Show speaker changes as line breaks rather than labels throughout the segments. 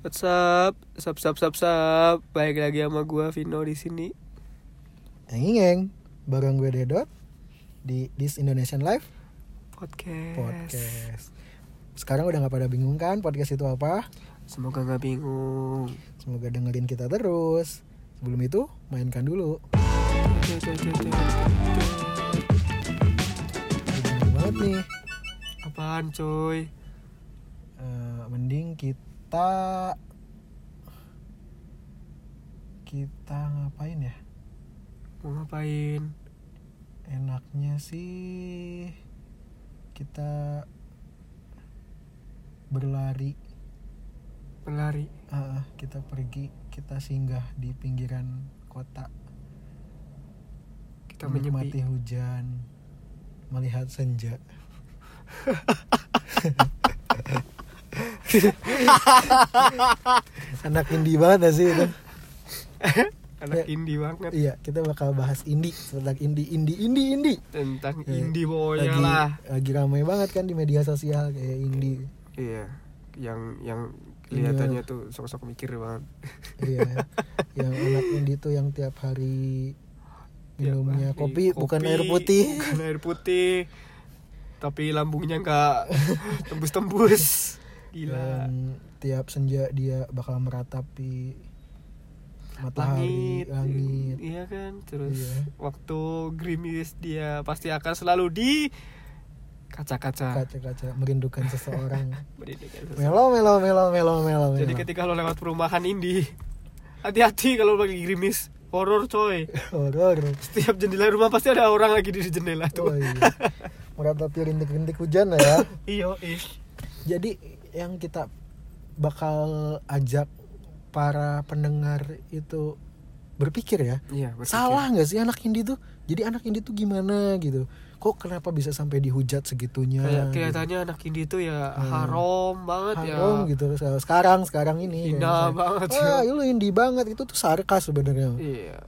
What's up? Sup sup sup sup. Baik lagi sama gua Vino di sini.
Enging eng, bareng gue Dedot di This Indonesian Life
Podcast.
Podcast. Sekarang udah nggak pada bingung kan podcast itu apa?
Semoga nggak bingung.
Semoga dengerin kita terus. Sebelum itu mainkan dulu. Aduh, bingung banget nih.
Apaan coy?
Eh, mending kita kita ngapain ya?
Mau ngapain?
Enaknya sih kita berlari
Berlari.
Ah, kita pergi, kita singgah di pinggiran kota,
Kita
menikmati
menyepi.
hujan, melihat senja. Anak indie banget gak sih itu?
Anak
Ya.
indie banget.
Iya, kita bakal bahas indie, tentang indie, indie, indie, indie.
Tentang
Ya.
indie pokoknya
Lagi,
lah.
lagi ramai banget kan di media sosial kayak indie.
Iya. Yang yang kelihatannya tuh sok-sok mikir banget.
Iya, yang anak indie tuh yang tiap hari
Tiap hari
minumnya kopi, bukan air putih.
bukan air putih tapi lambungnya nggak tembus-tembus gila
Dan tiap senja dia bakal meratapi matahari, langit.
iya kan terus
Iya.
waktu gerimis dia pasti akan selalu di kaca-kaca
Kaca-kaca merindukan seseorang.
Pendidikan sosial.
melo, melo, melo, melo, melo.
jadi
melo.
ketika lo lewat perumahan ini hati-hati kalau lagi gerimis horor coy
horor.
setiap jendela rumah pasti ada orang lagi di jendela
Oh,
tuh
iya. Meratapi rintik-rintik hujan lah ya.
iyo Iya, ih
Jadi yang kita bakal ajak para pendengar itu berpikir ya.
iya berpikir.
Salah nggak sih anak indie tuh? Jadi anak indie tuh gimana gitu? Kok kenapa bisa sampai dihujat segitunya?
kayak
gitu?
kelihatannya anak indie itu ya haram banget ya
Harum Iya. gitu Iya, Ah, sekarang sekarang ini
Indah banget ya.
wah lu indie banget itu tuh sarkas sebenarnya
iya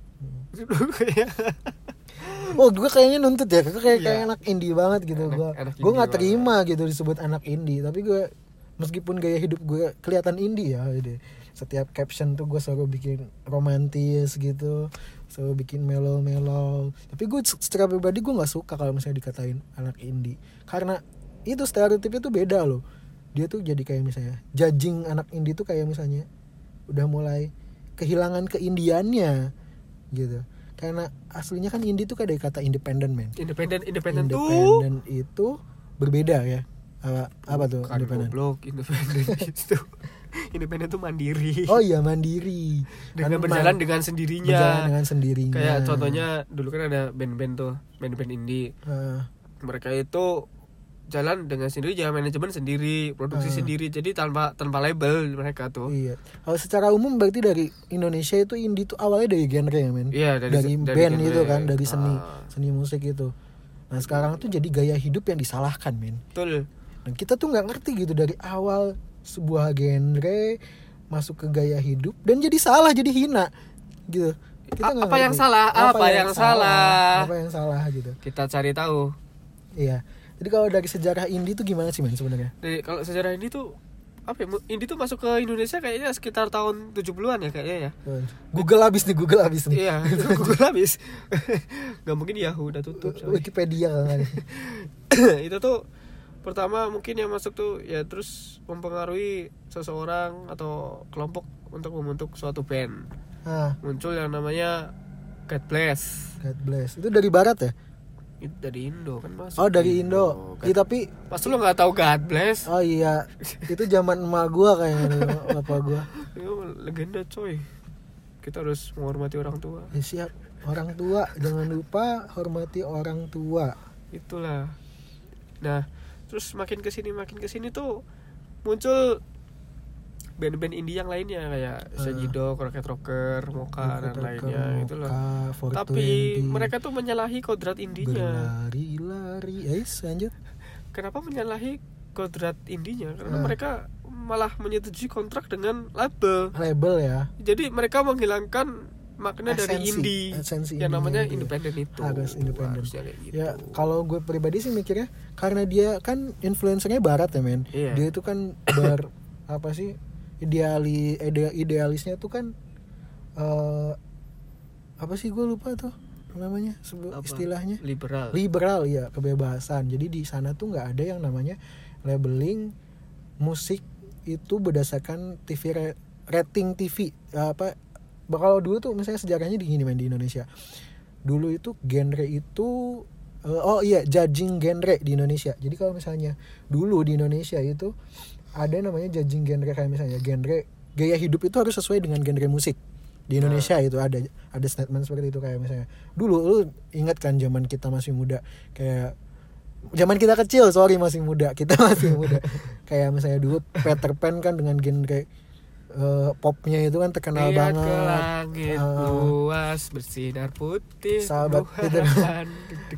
oh gue kayaknya nuntut ya gue kayak
Iya.
kayak anak indie banget gitu
Anak-
gue
anak
gue nggak
indie
terima gitu disebut anak indie tapi gue meskipun gaya hidup gue kelihatan indie ya jadi setiap caption tuh gue selalu bikin romantis gitu selalu bikin melo-melo tapi gue se- secara pribadi gue nggak suka kalau misalnya dikatain anak indie karena itu stereotipnya tuh beda loh dia tuh jadi kayak misalnya judging anak indie tuh kayak misalnya udah mulai kehilangan keindiannya gitu karena aslinya kan indie tuh kayak dari kata independen men
independen independen tuh
independen itu berbeda ya apa, apa tuh
Bukan
independen
goblok independen itu independen tuh mandiri
oh iya mandiri
dengan
Kan
berjalan
man-
dengan sendirinya
berjalan dengan sendirinya
kayak contohnya dulu kan ada band-band tuh band-band indie
Ah,
mereka itu jalan dengan sendiri jalan manajemen sendiri produksi sendiri jadi tanpa tanpa label mereka tuh
Ah. iya kalau secara umum berarti dari Indonesia itu indie tuh awalnya dari genre ya men
iya dari
dari,
dari
band
genre.
itu kan dari seni
Ah,
seni musik itu nah sekarang tuh jadi gaya hidup yang disalahkan men
betul
dan kita tuh nggak ngerti gitu dari awal sebuah genre masuk ke gaya hidup dan jadi salah jadi hina gitu
A-
nggak
apa yang salah? Apa yang salah?
apa yang salah gitu
kita cari tahu
iya jadi kalau dari sejarah indie tuh gimana sih men sebenarnya
Dari kalau sejarah ini tuh apa ya? mu- Ini tuh masuk ke Indonesia kayaknya sekitar tahun 70-an ya kayaknya ya.
Google habis nih Google habis nih
Iya, itu Google habis. Gak mungkin Yahoo udah tutup. coy.
Wikipedia kan
itu tuh pertama mungkin yang masuk tuh ya terus mempengaruhi seseorang atau kelompok untuk membentuk suatu band.
ah
Muncul yang namanya God Bless.
God bless itu dari barat ya
Itu dari Indo kan Mas.
oh dari Indo
God-
Iya tapi
Mas lu nggak tahu God Bless?
oh iya itu zaman emak gua kayaknya bapak gua
Itu legenda coy. Kita harus menghormati orang tua.
Ya, siap orang tua jangan lupa hormati orang tua
itulah nah terus makin kesini makin kesini tuh muncul band-band indie yang lainnya kayak
Ah.
Sejido, Crooked Rocker, Moka dan lainnya itulah tapi mereka tuh menyalahi kodrat indinya
berlari-lari guys lanjut
kenapa menyalahi kodrat indinya karena
Ah.
mereka malah menyetujui kontrak dengan label
label ya
jadi mereka menghilangkan makna dari
Esensi,
indie
esensi
yang
indinya
namanya
itu ya.
independen itu
Harus independen.
Harusnya kayak gitu.
ya kalau gue pribadi sih mikirnya karena dia kan influencernya barat ya men
Iya.
dia itu kan ber apa sih ideali ide- idealisnya tuh kan eh apa sih gue lupa tuh namanya sebe-
Apa?
istilahnya
liberal
liberal ya kebebasan jadi di sana tuh nggak ada yang namanya labeling musik itu berdasarkan TV ra- rating TV apa kalau dulu tuh misalnya sejarahnya di gini men di Indonesia dulu itu genre itu eh, oh iya judging genre di Indonesia jadi kalau misalnya dulu di Indonesia itu ada namanya judging genre kayak misalnya genre gaya hidup itu harus sesuai dengan genre musik di
Nah.
Indonesia itu ada ada statement seperti itu kayak misalnya dulu lu ingat kan zaman kita masih muda kayak zaman kita kecil sorry masih muda kita masih muda kayak misalnya dulu Peter Pan kan dengan genre eh, popnya itu kan terkenal
Lihat
banget
Iya, ke langit
Ah.
luas bersinar putih
Sahabat
penuh
Peter.
harapan.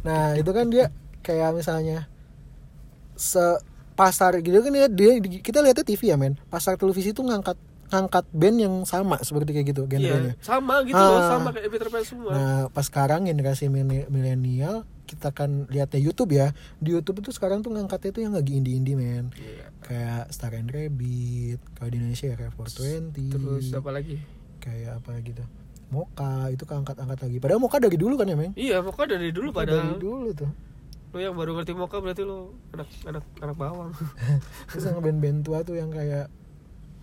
Nah itu kan dia kayak misalnya se pasar gitu kan dia, dia kita lihatnya TV ya men pasar televisi itu ngangkat ngangkat band yang sama seperti kayak gitu
Iya,
genrenya.
sama gitu loh,
Ah.
sama kayak Peter Pan semua.
Nah pas sekarang generasi mile- milenial kita kan lihatnya YouTube ya di YouTube itu sekarang tuh ngangkatnya itu yang lagi indie-indie men
Iya.
kayak Star and Rabbit kalau di Indonesia ya kayak 420
Terus apa lagi?
kayak apa gitu Moka itu keangkat-angkat lagi padahal Moka dari dulu kan ya men
Iya, Moka dari dulu
dari
padahal.
dulu tuh
Lu yang baru ngerti Moka berarti lu anak anak anak bawang.
terus yang band-band tua tuh yang kayak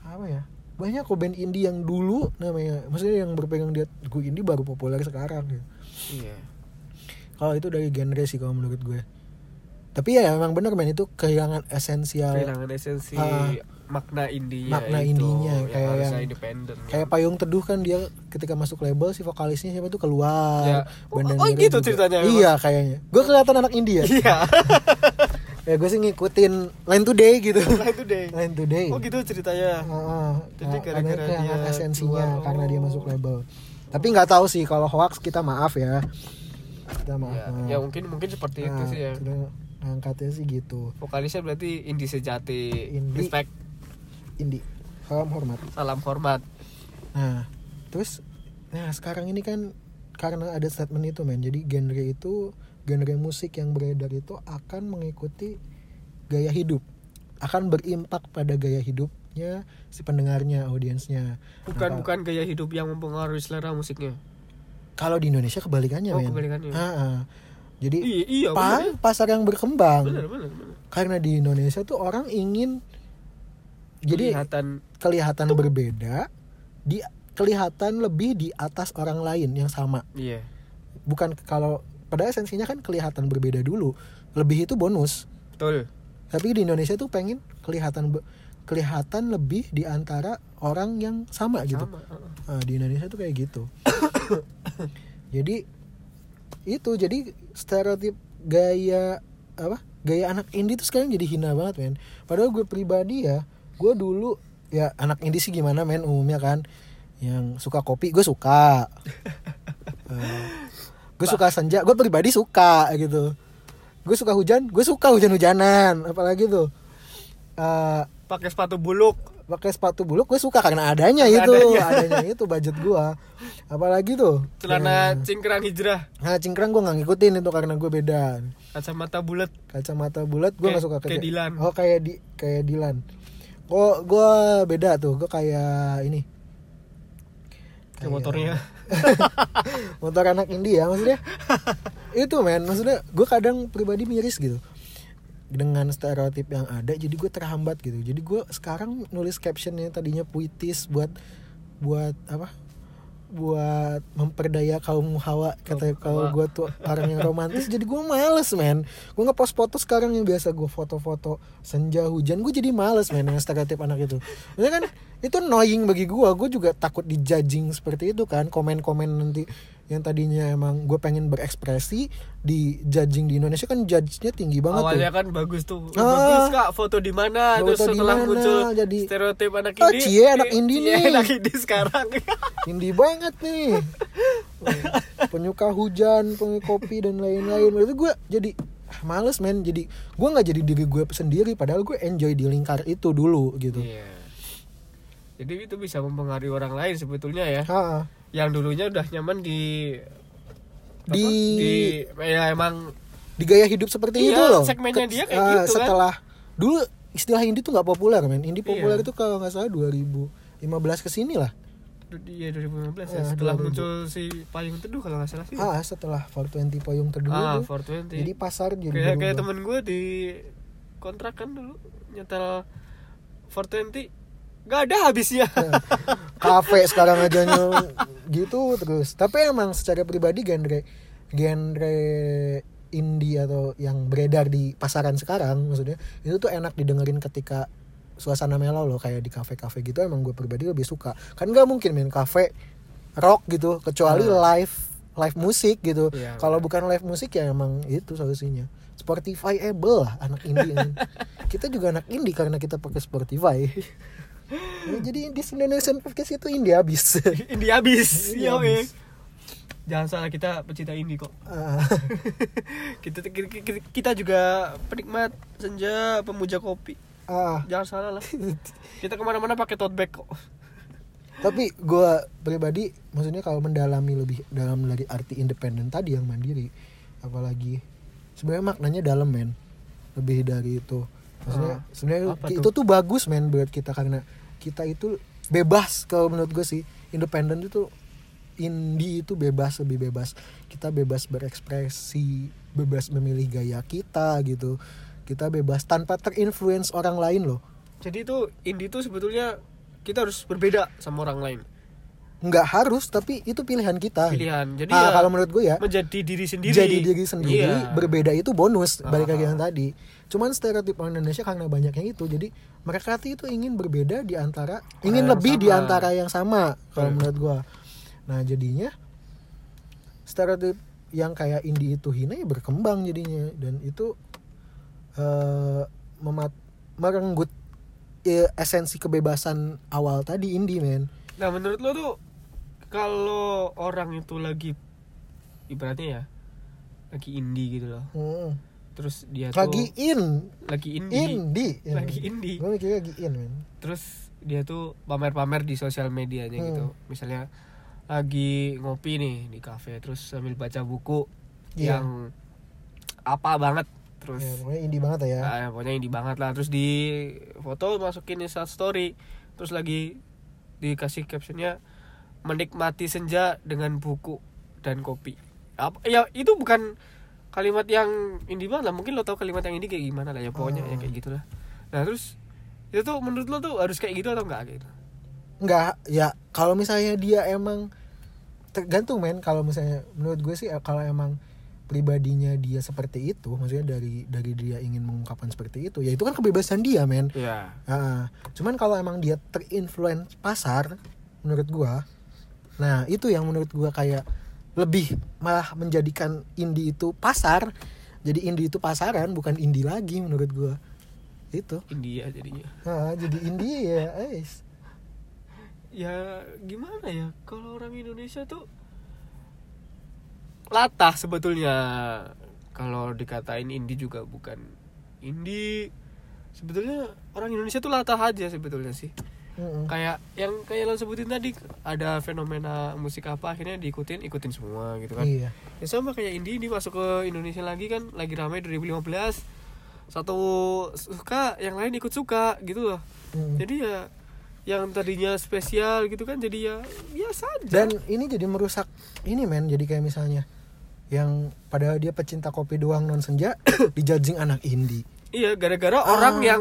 apa ya banyak kok band indie yang dulu namanya maksudnya yang berpegang dia gue indie baru populer sekarang gitu
iya.
kalau itu dari genre sih kalau menurut gue tapi ya emang bener men itu kehilangan esensial
Kehilangan esensi
Nah. Ah.
makna indinya
Makna
itu,
indinya,
yang
kayak
harusnya
yang-
independen.
kayak payung teduh kan dia ketika masuk label si vokalisnya siapa tuh keluar
Ya. Oh,
Band
oh,
Danira
gitu
juga.
ceritanya emang?
iya kayaknya gue kelihatan anak India
Iya.
ya gue sih ngikutin line today gitu
Nah, itu deh.
line today
Oh gitu ceritanya.
Heeh,
Jadi
nah,
gara-gara
karena kehilangan
dia
esensinya
keluar,
karena dia
oh.
masuk label. Tapi nggak tahu sih kalau hoax kita maaf ya. Kita maaf.
Ya,
nah.
ya mungkin mungkin seperti itu
Nah,
sih ya.
kita ngangkatnya sih gitu.
Vokalisnya berarti indie sejati.
Indie.
Respect,
Indi, salam hormat.
salam hormat.
Nah, terus nah sekarang ini kan karena ada statement itu men. Jadi genre itu genre musik yang beredar itu akan mengikuti gaya hidup. Akan berimpak pada gaya hidupnya si pendengarnya, audiensnya.
Bukan
Nah,
bukan gaya hidup yang mempengaruhi selera musiknya.
Kalau di Indonesia kebalikannya,
Oh,
men.
kebalikannya.
Ah, ah. Jadi
Iya, iya
pa-
bener.
pasar yang berkembang.
Bener, bener, bener.
Karena di Indonesia tuh orang ingin jadi
kelihatan
kelihatan berbeda, di kelihatan lebih di atas orang lain yang sama.
iya.
Bukan kalau pada esensinya kan kelihatan berbeda dulu. Lebih itu bonus.
Betul.
Tapi di Indonesia tuh pengen kelihatan be- kelihatan lebih di antara orang yang sama gitu.
Sama. heeh.
Nah, di Indonesia tuh kayak gitu. jadi itu jadi stereotip gaya apa? Gaya anak indie tuh sekarang jadi hina banget, men. Padahal gue pribadi ya, gue dulu ya anak indie sih gimana, men, umumnya kan yang suka kopi, gue suka. Eh, gue suka senja, gue pribadi suka gitu. Gue suka hujan, gue suka hujan-hujanan, apalagi tuh. Eh,
Pakai sepatu buluk.
pakai sepatu buluk gue suka karena adanya itu adanya. itu budget gue apalagi tuh
celana
Iya.
cingkrang hijrah
nah cingkrang gue nggak ngikutin itu karena gue beda
kacamata bulat
kacamata bulat gue nggak
Kayak-
suka
kayak Dilan.
oh kayak di kayak Dilan gue gue beda tuh gue kayak ini
ke
Iya.
motornya
motor anak India maksudnya itu men maksudnya gue kadang pribadi miris gitu dengan stereotip yang ada jadi gue terhambat gitu jadi gue sekarang nulis captionnya tadinya puitis buat buat apa buat memperdaya kaum hawa kata kalau gue tuh orang yang romantis jadi gue males men gue ngepost foto sekarang yang biasa gue foto-foto senja hujan gue jadi males men dengan stereotip anak itu maksudnya kan itu annoying bagi gue gue juga takut dijudging seperti itu kan komen-komen nanti yang tadinya emang gue pengen berekspresi di judging di Indonesia kan judge-nya tinggi banget tuh.
awalnya kan bagus tuh bagus
Ah.
kak foto di mana
Foto
terus
di
setelah
mana,
muncul
jadi,
stereotip anak
"Oh,
ini
cie, anak indie nih."
anak ini sekarang
Indie banget nih. Penyuka hujan, penyuka kopi dan lain-lain. Itu gue jadi ah, males men. Jadi gue nggak jadi diri gue sendiri. Padahal gue enjoy di lingkar itu dulu gitu.
Iya. jadi itu bisa mempengaruhi orang lain sebetulnya ya
Ha-ha.
yang dulunya udah nyaman di apa?
Di,
di ya emang
di gaya hidup seperti
Iya,
itu loh.
segmennya dia kayak
ah,
gitu kan.
Setelah dulu istilah indie tuh nggak populer men indie
Iya.
populer itu kalau nggak salah 2015 kesini lah
Du- Iya 2015 ya.
Ya,
Setelah
2000.
muncul si Payung Teduh kalau nggak salah sih.
ah setelah 420 payung teduh
Iya. ah
tuh,
420.
jadi pasar jadi
kayak kayak
berubah.
temen gue di kontrakan dulu nyetel 420 nggak ada ya. habisnya.
Iya. kafe sekarang aja gitu terus tapi emang secara pribadi genre genre indie atau yang beredar di pasaran sekarang maksudnya itu tuh enak didengerin ketika suasana mellow loh kayak di kafe-kafe gitu emang gue pribadi lebih suka kan nggak mungkin main kafe rock gitu kecuali live live musik gitu
Iya,
kalau bukan live musik ya emang itu solusinya Spotify able lah anak indie ini. kita juga anak indie karena kita pakai Spotify Ya, jadi di Indonesian podcast itu indie abis
Indie habis.
Indie
Iya
habis.
weh. Jangan salah kita pecinta indie kok.
Ah,
kita kita- kita juga penikmat senja pemuja kopi.
ah.
Jangan salah lah. Kita kemana-mana pakai tote bag kok.
tapi gue pribadi maksudnya kalau mendalami lebih dalam lagi arti independen tadi yang mandiri apalagi sebenarnya maknanya dalam men lebih dari itu maksudnya
Ah,
sebenarnya
apa
ki-
tuh?
itu tuh bagus men buat kita karena kita itu bebas kalau menurut gue sih independen itu indie itu bebas lebih bebas kita bebas berekspresi bebas memilih gaya kita gitu kita bebas tanpa terinfluence orang lain loh
Jadi itu indie itu sebetulnya kita harus berbeda sama orang lain.
nggak harus tapi itu pilihan kita
Pilihan. Jadi ya
Ah, kalau menurut gue ya
menjadi diri sendiri.
jadi diri sendiri
Iya.
berbeda itu bonus
Ah.
balik lagi yang tadi cuman stereotip orang Indonesia karena banyaknya itu jadi mereka hati itu ingin berbeda di antara ingin
yang sama.
lebih di antara yang sama kalau
Hmm.
menurut gua nah jadinya stereotip yang kayak indie itu hina ya berkembang jadinya dan itu eh memat merenggut eh, esensi kebebasan awal tadi indie men
Nah menurut lo tuh kalau orang itu lagi ibaratnya ya lagi indie gitu loh.
Hmm.
Terus dia tuh
lagi in
lagi indie,
indie ya,
lagi
men.
indie.
Gua mikirnya lagi in men
Terus dia tuh pamer-pamer di sosial medianya
Hmm.
gitu. Misalnya lagi ngopi nih di kafe terus sambil baca buku
Iya.
yang apa banget terus
Ya, pokoknya indie banget ya.
Ah, pokoknya indie banget lah terus di foto masukin Insta story terus lagi dikasih captionnya menikmati senja dengan buku dan kopi apa ya itu bukan kalimat yang indie banget lah mungkin lo tau kalimat yang indie kayak gimana lah ya pokoknya ya kayak gitulah nah terus itu tuh menurut lo tuh harus kayak gitu atau enggak gitu
Enggak, ya kalau misalnya dia emang tergantung men kalau misalnya menurut gue sih eh, kalau emang pribadinya dia seperti itu, maksudnya dari dari dia ingin mengungkapkan seperti itu, ya itu kan kebebasan dia men.
ya
Ah, cuman kalau emang dia terinfluence pasar, menurut gua, nah itu yang menurut gua kayak lebih malah menjadikan indie itu pasar, jadi indie itu pasaran bukan indie lagi menurut gua, itu.
India jadinya
Ah, jadi indie ya, eh.
ya gimana ya kalau orang Indonesia tuh latah sebetulnya kalau dikatain indie juga bukan indie sebetulnya orang Indonesia tuh latah aja sebetulnya sih
Mm-mm.
kayak yang kayak lo sebutin tadi ada fenomena musik apa akhirnya diikutin ikutin semua gitu kan
Iya.
ya sama kayak indie ini masuk ke Indonesia lagi kan lagi ramai 2015 satu suka yang lain ikut suka gitu loh
Mm.
jadi ya yang tadinya spesial gitu kan jadi ya biasa aja
Dan ini jadi merusak ini men, jadi kayak misalnya yang padahal dia pecinta kopi doang non senja dijudging anak indie.
iya gara-gara
Ah.
orang yang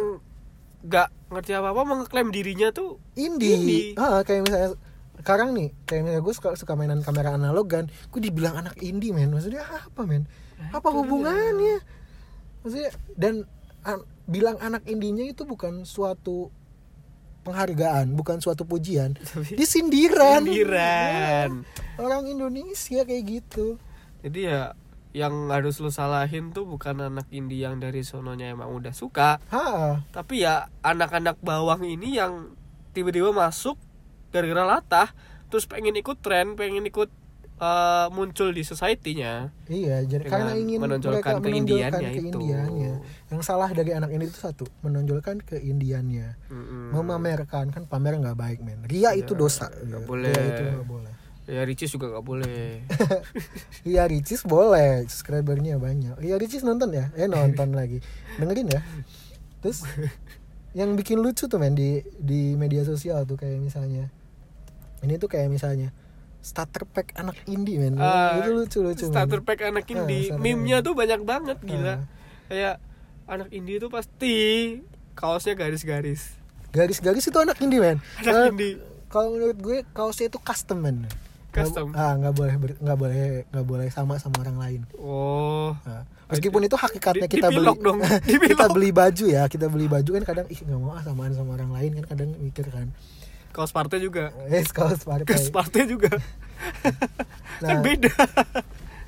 nggak ngerti apa apa mengklaim dirinya tuh
Indie.
Indie.
Ah, kayak misalnya sekarang nih, kayak misalnya gue suka, suka mainan kamera analog kan, gue dibilang anak indie men. Maksudnya apa men?
Nah,
Apa hubungannya? Maksudnya dan an- bilang anak indinya itu bukan suatu penghargaan, bukan suatu pujian.
tapi
Disindiran.
sindiran.
Orang Indonesia kayak gitu.
jadi ya yang harus lo salahin tuh bukan anak indie yang dari sononya emang udah suka
Ha.
tapi ya anak-anak bawang ini yang tiba-tiba masuk gara-gara latah terus pengen ikut tren pengen ikut eh, muncul di society-nya
Iya, jadi
Dengan
karena ingin
menonjolkan
mereka menonjolkan
keindiannya itu.
keindiannya. Yang salah dari anak ini itu satu, menonjolkan keindiannya,
Mm-mm.
memamerkan kan pamer nggak baik men. Ria itu dosa.
nggak
Iya,
boleh.
Ria itu nggak boleh.
ya Ricis juga nggak boleh
Ria Ricis boleh, Iya, subscribernya banyak. Ria Ricis nonton ya? Eh nonton lagi, dengerin ya. Terus yang bikin lucu tuh men di di media sosial tuh kayak misalnya ini tuh kayak misalnya starter pack anak indie men
Ah,
Iya, itu lucu lucu men.
starter pack anak indie
Ah, starter
meme-nya
pack.
tuh banyak banget gila
Ah.
kayak anak indie itu pasti kaosnya garis-garis
garis-garis itu anak indie men
anak
Eh,
indie
kalau menurut gue kaosnya itu custom men Nggak-
Custom?
ah nggak boleh ber- nggak boleh nggak boleh sama sama orang lain
oh
Nah, meskipun itu hakikatnya
Di-
kita beli
dipilok dong,
kita
dipilok.
beli baju ya kita beli baju kan kadang ih nggak mau ah samaan sama orang lain kan kadang mikir kan
kaos partai juga
eh kaos partai
kaos partai juga kan
Nah,
beda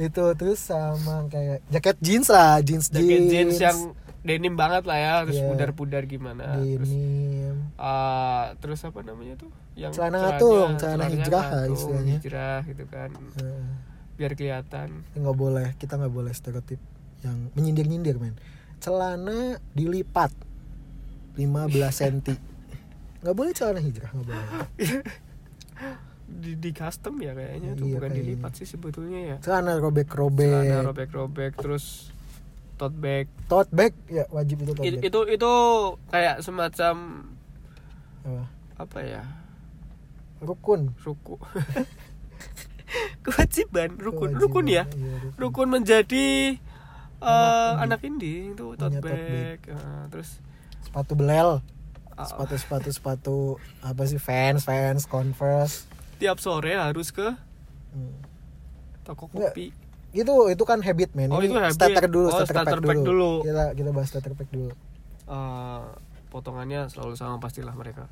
itu terus sama kayak jaket jeans lah jeans
jaket
jeans,
jeans yang denim banget lah ya terus
Iya.
pudar-pudar gimana terus
denim
ah, terus apa namanya tuh yang celananya-
Celana ngatung, celana
celananya
hijrah lah
ngatung,
istilahnya.
hijrah gitu kan
Nah,
biar kelihatan
nggak boleh kita nggak boleh stereotip yang menyindir nyindir men celana dilipat 15 cm nggak boleh celana hijrah nggak boleh
di, di custom ya kayaknya tuh
Iya,
bukan
kayaknya.
dilipat sih sebetulnya ya
celana robek
celana
robek
robek-robek terus tote bag
tote bag ya wajib itu tote
It-
bag
itu itu kayak semacam
Apa?
apa ya
rukun
ruku kewajiban rukun rukun ya
Kewajiban, iya,
rukun
rukun.
menjadi eh, anak
Anak
indie itu tote
Punya tote
bag eh, terus
sepatu belel
ah,
sepatu sepatu sepatu apa sih fans fans converse
tiap sore harus ke
Hmm.
toko
Nggak,
kopi
itu itu kan habit men
Oh,
ini
itu habit.
starter dulu
Oh,
starter,
starter
pack,
pack
dulu.
dulu.
kita kita bahas starter pack dulu
Eh, potongannya selalu sama pastilah mereka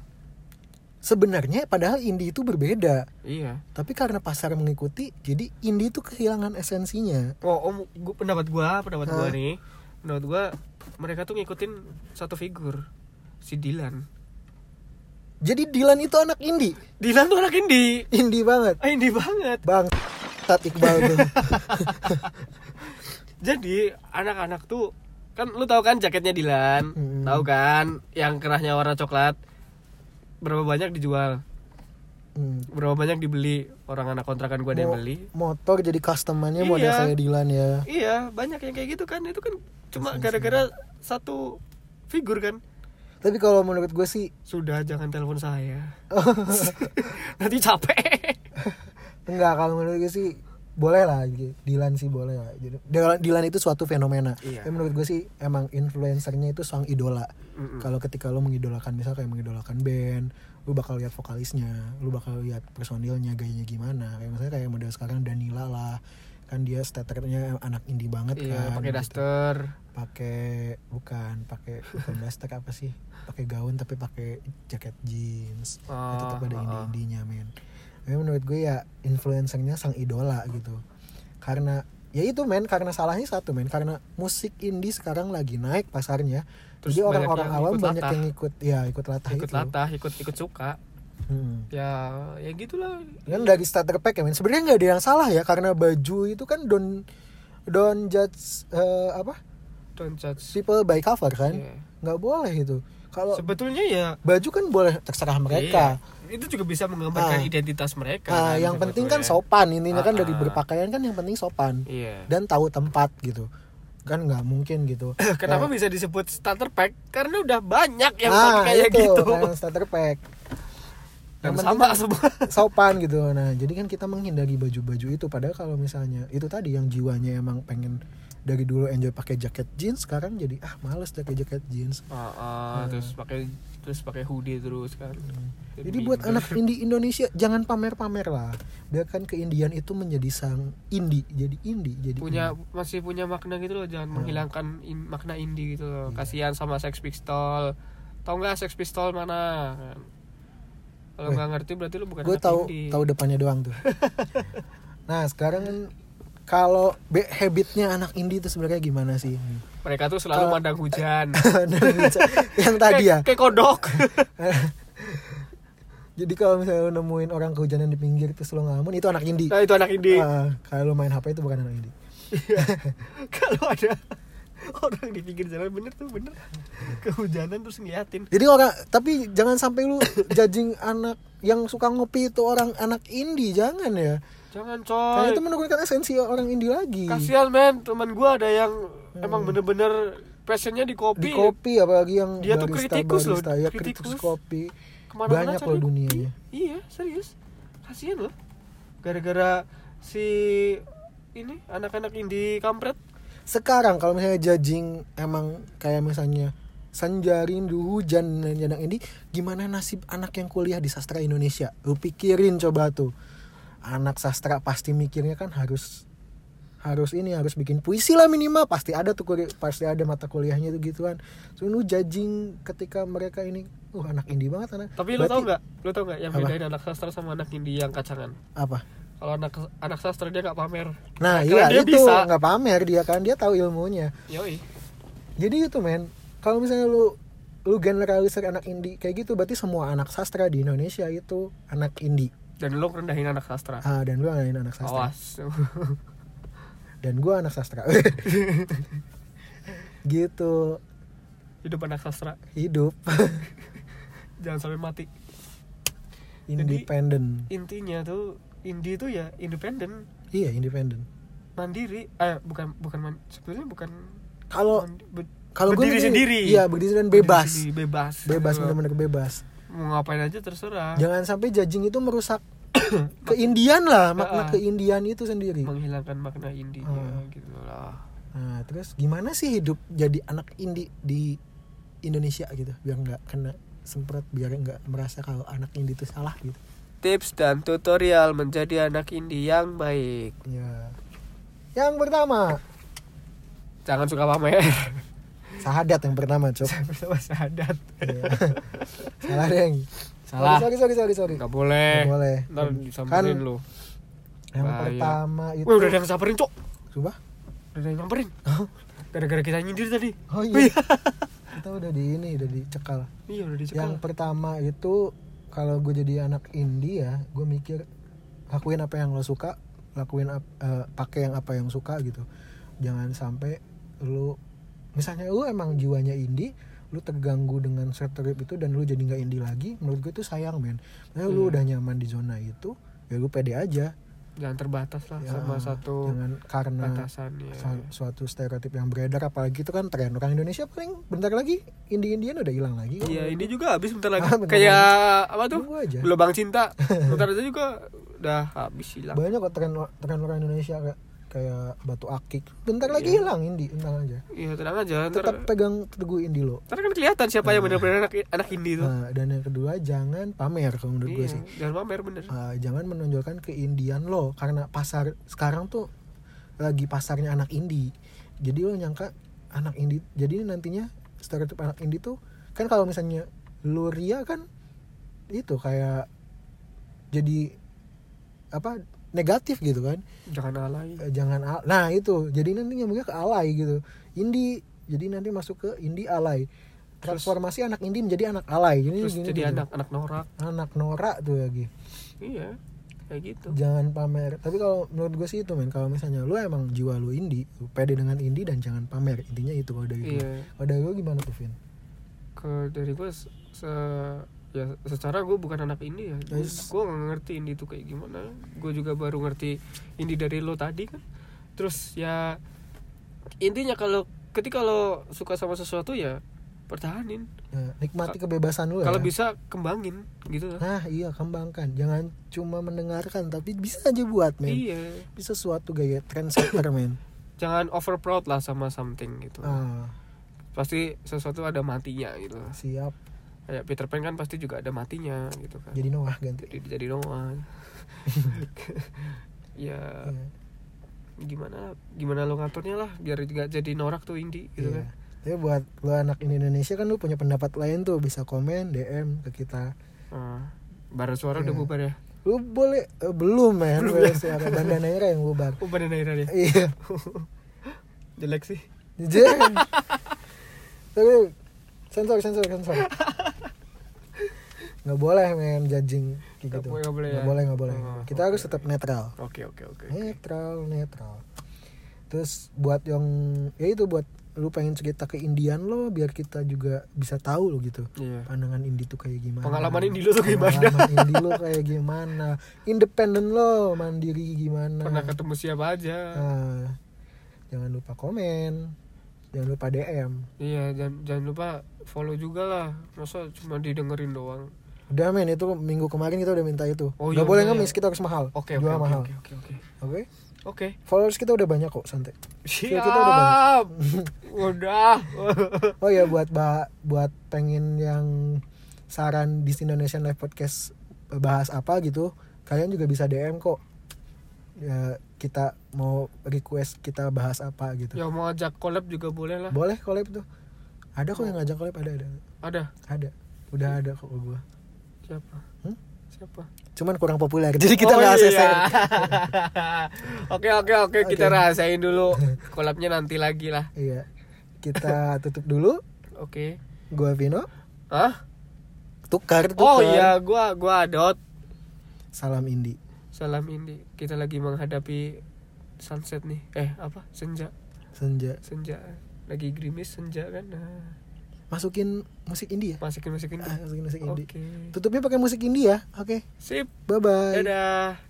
sebenarnya padahal indie itu berbeda
iya
tapi karena pasar mengikuti jadi indie itu kehilangan esensinya
oh om gua- pendapat gua pendapat gua
Hah?
nih pendapat gua mereka tuh ngikutin satu figur si Dilan
jadi Dilan itu anak indie
Dilan tuh anak indie
indie banget
Ah, indie banget
bang tat Iqbal tuh
jadi anak-anak tuh kan lu tahu kan jaketnya Dilan
Mm.
tahu kan yang kerahnya warna coklat berapa banyak dijual
Hmm.
berapa banyak dibeli orang anak kontrakan gua ada yang
Mo-
beli
motor jadi customernya model
Iya.
kayak Dilan ya
iya banyak yang kayak gitu kan itu kan cuma
Iya,
gara-gara satu figur kan
tapi kalau menurut gue sih
sudah jangan telepon saya nanti capek
Enggak, kalau menurut gue sih boleh lah gitu. Dilan sih boleh lah. Jadi Dilan, Dilan itu suatu fenomena.
Iya.
Tapi menurut gue sih emang influencernya itu sang idola.
Mm-mm.
Kalau ketika lo mengidolakan misal kayak mengidolakan band, lu bakal lihat vokalisnya, lu bakal lihat personilnya gayanya gimana. Kayak misalnya kayak model sekarang Danila lah. Kan dia staternya anak indie banget
iya
kan.
pakai
gitu.
daster
Pakai bukan, pakai bukan daster apa sih? Pakai gaun tapi pakai jaket jeans ya
Ah,
tetap ada
ah, ah.
indie-indinya men tapi menurut gue ya influencernya sang idola gitu karena ya itu men karena salahnya satu men karena musik indie sekarang lagi naik pasarnya
Terus
jadi
banyak
orang-orang
yang
awam
ikut
banyak
latah.
yang ikut ya ikut latah
ikut
itu
latah ikut ikut suka
Hmm.
ya ya gitulah
kan dari starter pack ya men sebenarnya nggak ada yang salah ya karena baju itu kan don don judge eh, apa
don't judge
people by cover kan
Iya.
nggak boleh itu kalau
sebetulnya ya
baju kan boleh terserah mereka
iya, itu juga bisa menggambarkan
Ah.
identitas mereka
Ah,
kan,
yang penting kan
sebetulnya.
sopan intinya kan dari
Ah, ah.
berpakaian kan yang penting sopan
iya
dan tahu tempat gitu kan nggak mungkin gitu
kenapa bisa disebut starter pack karena udah banyak yang pakai
ah
kayak
itu
gitu
kayak starter pack
yang
yang penting kan-
sama semua
sopan gitu nah jadi kan kita menghindari baju-baju itu padahal kalau misalnya itu tadi yang jiwanya emang pengen dari dulu enjoy pakai jaket jeans sekarang jadi ah males pakai jaket jeans
Ah, ah, terus pakai terus pakai hoodie terus kan
Hmm. jadi buat anak indie Indonesia jangan pamer-pamer lah biarkan keindian itu menjadi sang indie jadi indie jadi
punya masih punya makna gitu loh
Hmm.
jangan menghilangkan in- makna indie gitu loh kasihan sama Sex Pistol tau nggak Sex Pistol mana Kan. kalau
Weh,
nggak ngerti berarti lu bukan
gue
anak
tahu
indie
tahu depannya doang tuh nah sekarang kan kalau be- habitnya anak indie itu sebenarnya gimana sih
mereka tuh selalu
Kalau-
mandang hujan
yang tadi
Kayak-
ya
kayak kodok
jadi kalau misalnya lo nemuin orang kehujanan di pinggir terus lo ngamun itu anak indie
nah itu anak indie
Ah, kalau lo main hp itu bukan anak indie
kalau ada orang di pinggir jalan bener tuh bener kehujanan terus ngeliatin
jadi orang tapi jangan sampai lu judging anak yang suka ngopi itu orang anak indie jangan ya
jangan coy
karena itu menurunkan esensi orang indie lagi
kasihan men teman gua ada yang emang bener-bener passionnya di kopi
Hmm. di kopi apalagi yang
Dia tuh kritikus loh,
barista, ya
kritikus.
kritikus kopi
Kemana-mana
banyak
cari
loh
kopi.
dunianya.
iya serius kasihan loh gara-gara si ini anak-anak indie kampret
sekarang kalau misalnya judging emang kayak misalnya Sanjarindu hujan dan anak ini gimana nasib anak yang kuliah di sastra Indonesia lu pikirin coba tuh anak sastra pasti mikirnya kan harus harus ini harus bikin puisi lah minimal pasti ada tuh kuri- pasti ada mata kuliahnya tuh gituan so lu judging ketika mereka ini uh anak indie banget anak
tapi lo tau
Berarti-
nggak lo tau nggak yang
Apa?
bedain anak sastra sama anak indie yang kacangan
apa
kalau anak anak sastra dia nggak pamer
nah
Karena dia
iya itu
bisa.
nggak pamer dia kan dia tahu ilmunya
yoi
jadi itu men kalau misalnya lu lu generalisir anak indie kayak gitu berarti semua anak sastra di Indonesia itu anak indie
dan lo rendahin anak sastra
ah dan gua ngalahin anak sastra
awas
dan gua anak sastra gitu
hidup anak sastra
hidup
jangan sampai mati
independen
intinya tuh indie tuh ya independen
iya independen
mandiri eh bukan bukan man- sebetulnya bukan
kalau
mandi- be-
Oh, kalau gua
Berdiri
mikir,
sendiri.
iya berdiri dan bebas
mandiri, bebas
bebas Iya.
Gitu.
benar-benar bebas
mau ngapain aja terserah
jangan sampai judging itu merusak keindian lah makna
Ah.
keindian itu sendiri
menghilangkan makna indie
Ah.
gitu lah
Nah, terus gimana sih hidup jadi anak indie di Indonesia gitu biar nggak kena semprot biar nggak merasa kalau anak indie itu salah gitu.
tips dan tutorial menjadi anak indie yang baik
Ya. Yang pertama,
jangan suka pamer
sahadat yang pertama, Cok.
bersama sadat
Iya. salah, Deng.
Salah.
Sorry, sorry, sorry, sorry.
nggak boleh
Nggak boleh.
ntar disamperin
Kan-
lu
Yang
Bahaya.
pertama itu
Wih, udah ada yang samperin cok
coba.
udah ada yang samperin gara-gara kita nyindir tadi
Oh iya. Kita udah di ini, udah dicekal.
iya udah
Yang
dicekal
pertama itu kalau gue jadi anak indie ya, gue mikir lakuin apa yang lo suka, lakuin ap- eh, pakai yang apa yang suka gitu. Jangan sampai lu misalnya lu emang jiwanya indie, lu terganggu dengan stereotip itu dan lu jadi nggak indie lagi, menurut gue itu sayang men. Karena lu
Hmm.
udah nyaman di zona itu, ya lu pede aja.
jangan terbatas lah
Ya,
sama satu
jangan karena
batasan ya
sa- suatu stereotip yang beredar apalagi itu kan tren orang Indonesia paling bentar lagi indie-indian udah hilang lagi. kan?
Iya, ini juga habis bentar lagi.
Ah, bentar
Kayak apa tuh?
Tunggu aja.
Lubang cinta. Bentar aja juga udah habis hilang.
banyak kok tren tren orang Indonesia kayak kayak batu akik bentar lagi
Iya.
hilang Indi tenang aja
Iya, tenang aja. Ntar,
tetap pegang teguh Indi lo
ntar kan kelihatan siapa
Ah.
yang benar-benar anak, anak indie tuh.
nah, dan yang kedua jangan pamer kalau menurut gue
Iya,
sih
jangan pamer bener.
Ah, jangan menonjolkan keindian lo karena pasar sekarang tuh lagi pasarnya anak indie jadi lo nyangka anak indie jadi nantinya stereotip anak indie tuh kan kalau misalnya lo ria kan itu kayak jadi apa negatif gitu kan
Jangan alay.
Eh, jangan al- nah itu jadi nanti nyambungnya ke alay gitu indie jadi nanti masuk ke indie alay transformasi anak indie menjadi anak alay jadi
Terus
gini
jadi
gitu.
anak anak norak.
anak norak tuh lagi
Iya. Kayak gitu.
jangan pamer tapi kalau menurut gue sih itu men kalau misalnya lu emang jiwa lu indie lu pede dengan indie dan jangan pamer intinya itu kalau dari gue
Iya.
kalau dari gue gimana tuh Vin
Ke dari gue se ya secara gue bukan anak indie ya. Gue
Yes.
gue nggak ngerti indie tuh kayak gimana. Gue juga baru ngerti indie dari lo tadi kan. Terus ya intinya kalau ketika lo suka sama sesuatu ya pertahanin.
Nah, nikmati kebebasan lu
Kalau
ya.
bisa kembangin gitu lah.
nah iya kembangkan jangan cuma mendengarkan tapi bisa aja buat men
Iya.
bisa suatu gaya trendsetter men
Jangan over proud lah sama something gitu.
ah
Pasti sesuatu ada matinya gitu.
siap
Kayak Peter Pan kan pasti juga ada matinya gitu kan.
jadi Noah ganti
Jadi jadi Noah. ya
Iya.
gimana gimana lo ngaturnya lah biar nggak jadi norak tuh indie gitu
Iya.
kan.
Tapi buat lo anak Indonesia kan lu punya pendapat lain tuh bisa komen DM ke kita.
Nah, Bara suara udah
Iya.
bubar ya.
Lu boleh eh, belum men belum suara Banda Naira yang bubar.
Bubar daerah dia.
Iya.
Jelek sih.
Jangan. Tapi sensor sensor sensor. Nggak boleh men judging kayak
Nggak
gitu.
boleh, nggak boleh
Nggak
ya?
boleh nggak boleh.
Oh,
Kita harus tetap netral.
Oke oke oke.
Iya. Netral netral. Terus buat yang ya itu buat lu pengen cerita ke Indian lo biar kita juga bisa tahu lo gitu.
Iya.
pandangan indie tuh kayak gimana
Pengalaman indie lo tuh gimana?
pengalaman indie lo kayak gimana independen lo mandiri gimana Ah.
Pernah ketemu siapa aja.
Nah, jangan lupa komen jangan lupa DM
Iya, jangan, jangan lupa follow juga lah. Masa cuma didengerin doang.
udah men itu minggu kemarin kita udah minta itu
Oh,
nggak
iya,
boleh
bener
ngemis
ya.
kita harus mahal
Oke, oke,
jual
oke,
mahal
oke, oke, oke.
oke
Oke.
followers kita udah banyak kok santai Kita- kita udah
Siap. Udah.
oh ya buat ba- buat pengen yang saran di Indonesian Live Podcast bahas apa gitu kalian juga bisa DM kok ya kita mau request kita bahas apa gitu
ya mau ajak collab juga boleh lah.
boleh collab tuh ada kok yang ngajak collab ada ada
Ada.
ada udah ada kok gua
Siapa?
Hmm?
Siapa?
cuman kurang populer jadi
Oh,
kita nggak
iya.
ACC.
Oke, oke, oke. Kita
Oke.
rasain dulu. Collabnya nanti lagi lah.
iya kita tutup dulu
Oke.
gua Vino
Hah?
tukar tukar
Oh iya, gua gua Adot.
salam Indi
Salam Indi. Kita lagi menghadapi sunset nih. Eh, apa? Senja.
senja
Senja. Lagi gerimis senja kan. Nah,
masukin musik Indi ya
masukin masukin.
Ah, masukin musik Indi
Oke.
tutupnya pakai musik India. Oke,
Sip.
bye bye.
Dadah.